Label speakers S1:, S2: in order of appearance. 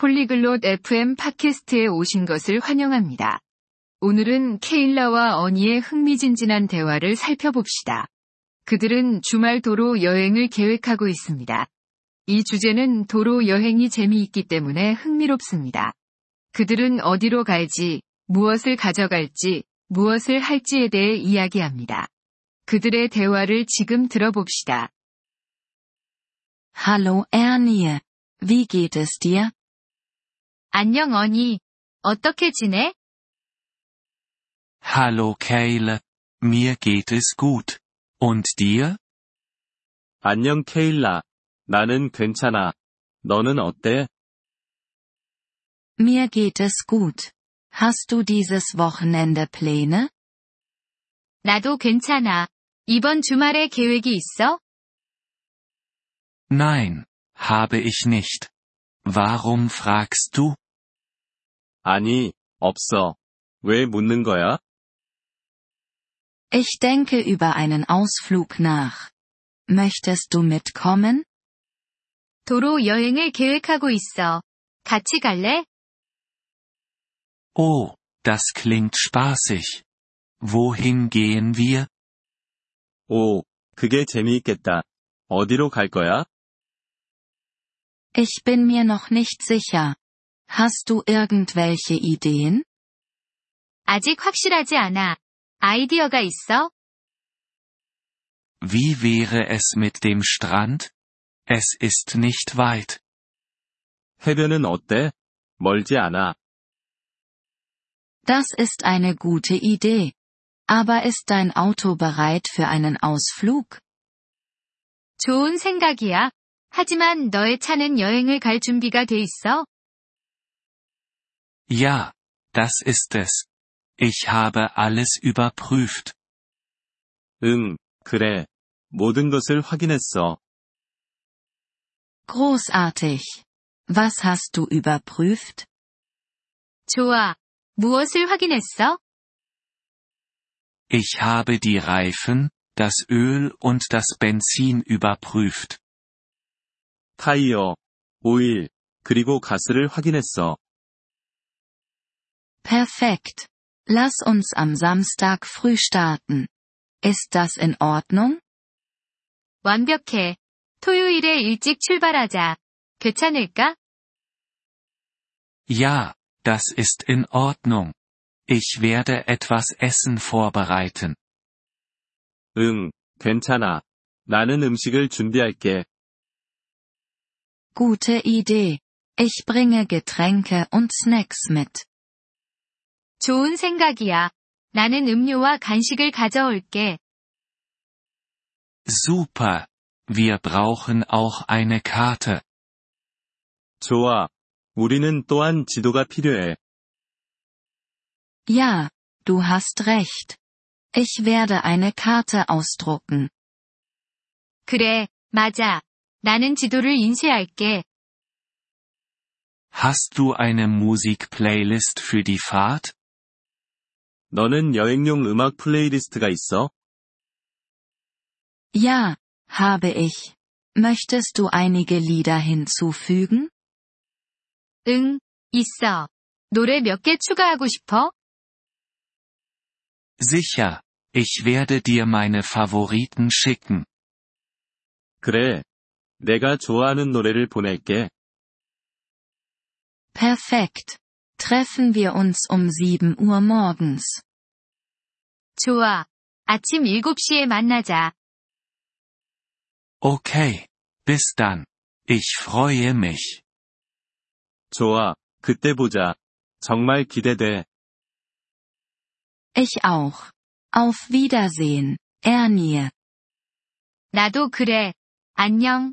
S1: 폴리글롯 FM 팟캐스트에 오신 것을 환영합니다. 오늘은 케일라와 어니의 흥미진진한 대화를 살펴봅시다. 그들은 주말 도로 여행을 계획하고 있습니다. 이 주제는 도로 여행이 재미있기 때문에 흥미롭습니다. 그들은 어디로 갈지, 무엇을 가져갈지, 무엇을 할지에 대해 이야기합니다. 그들의 대화를 지금 들어봅시다.
S2: Hallo Ernie, wie geht es dir?
S1: 안녕 어니. 어떻게 지내?
S3: Hallo Keile. Mir geht es gut. Und dir?
S4: 안녕 케일라. 나는 괜찮아. 너는 어때?
S2: Mir geht es gut. Hast du dieses Wochenende Pläne?
S1: 나도 괜찮아. 이번 주말에 계획이 있어?
S3: Nein, habe ich nicht. Warum fragst du?
S4: 아니, 없어. 왜 묻는 거야?
S2: Ich denke über einen Ausflug nach. Möchtest du mitkommen?
S1: 도로 여행을 계획하고 있어. 같이 갈래?
S3: Oh, das klingt spaßig. Wohin gehen wir?
S4: 오, Oh, 그게 재미있겠다. 어디로 갈 거야?
S2: Ich bin mir noch nicht sicher. Hast du irgendwelche Ideen?
S1: 아직 확실하지 않아. 아이디어가 있어?
S3: Wie wäre es mit dem Strand? Es ist nicht weit.
S4: 해변은 어때? 멀지 않아.
S2: Das ist eine gute Idee. Aber ist dein Auto bereit für einen Ausflug?
S1: 좋은 생각이야. 하지만 너의 차는 여행을 갈 준비가 돼 있어?
S3: Ja, das ist es. Ich habe alles überprüft.
S4: 응, 그래. 모든 것을 확인했어.
S2: Großartig. Was hast du überprüft?
S1: 좋아. 무엇을 확인했어?
S3: Ich habe die Reifen, das Öl und das Benzin überprüft.
S4: 타이어, 오일, 그리고 가스를 확인했어.
S2: Perfekt. Lass uns am Samstag früh starten. Ist das in Ordnung?
S1: 완벽해. 토요일에 일찍 출발하자. 괜찮을까?
S3: Ja, das ist in Ordnung. Ich werde etwas Essen vorbereiten.
S4: 응, 괜찮아. 나는 음식을 준비할게.
S2: Gute Idee. Ich bringe Getränke und Snacks mit.
S1: 좋은 생각이야. 나는 음료와 간식을 가져올게.
S3: Super. Wir brauchen auch eine Karte.
S4: 좋아. 우리는 또한 지도가 필요해.
S2: Ja, du hast recht. Ich werde eine Karte ausdrucken.
S1: 그래, 맞아. 나는 지도를 인쇄할게.
S3: Hast du eine Musikplaylist für die Fahrt?
S4: 너는 여행용 음악 플레이리스트가 있어?
S2: Ja, habe ich. Möchtest du einige Lieder hinzufügen?
S1: 응, 있어. 노래 몇 개 추가하고 싶어?
S3: Sicher. Ich werde dir meine Favoriten schicken.
S4: 그래. 내가 좋아하는 노래를 보낼게.
S2: Perfekt. Treffen wir uns um 7 Uhr morgens.
S1: 좋아. 아침 7시에 만나자.
S3: Okay. Bis dann. Ich freue mich.
S4: 좋아. 그때 보자. 정말 기대돼.
S2: Ich auch. Auf Wiedersehen, Ernie.
S1: 나도 그래. 안녕,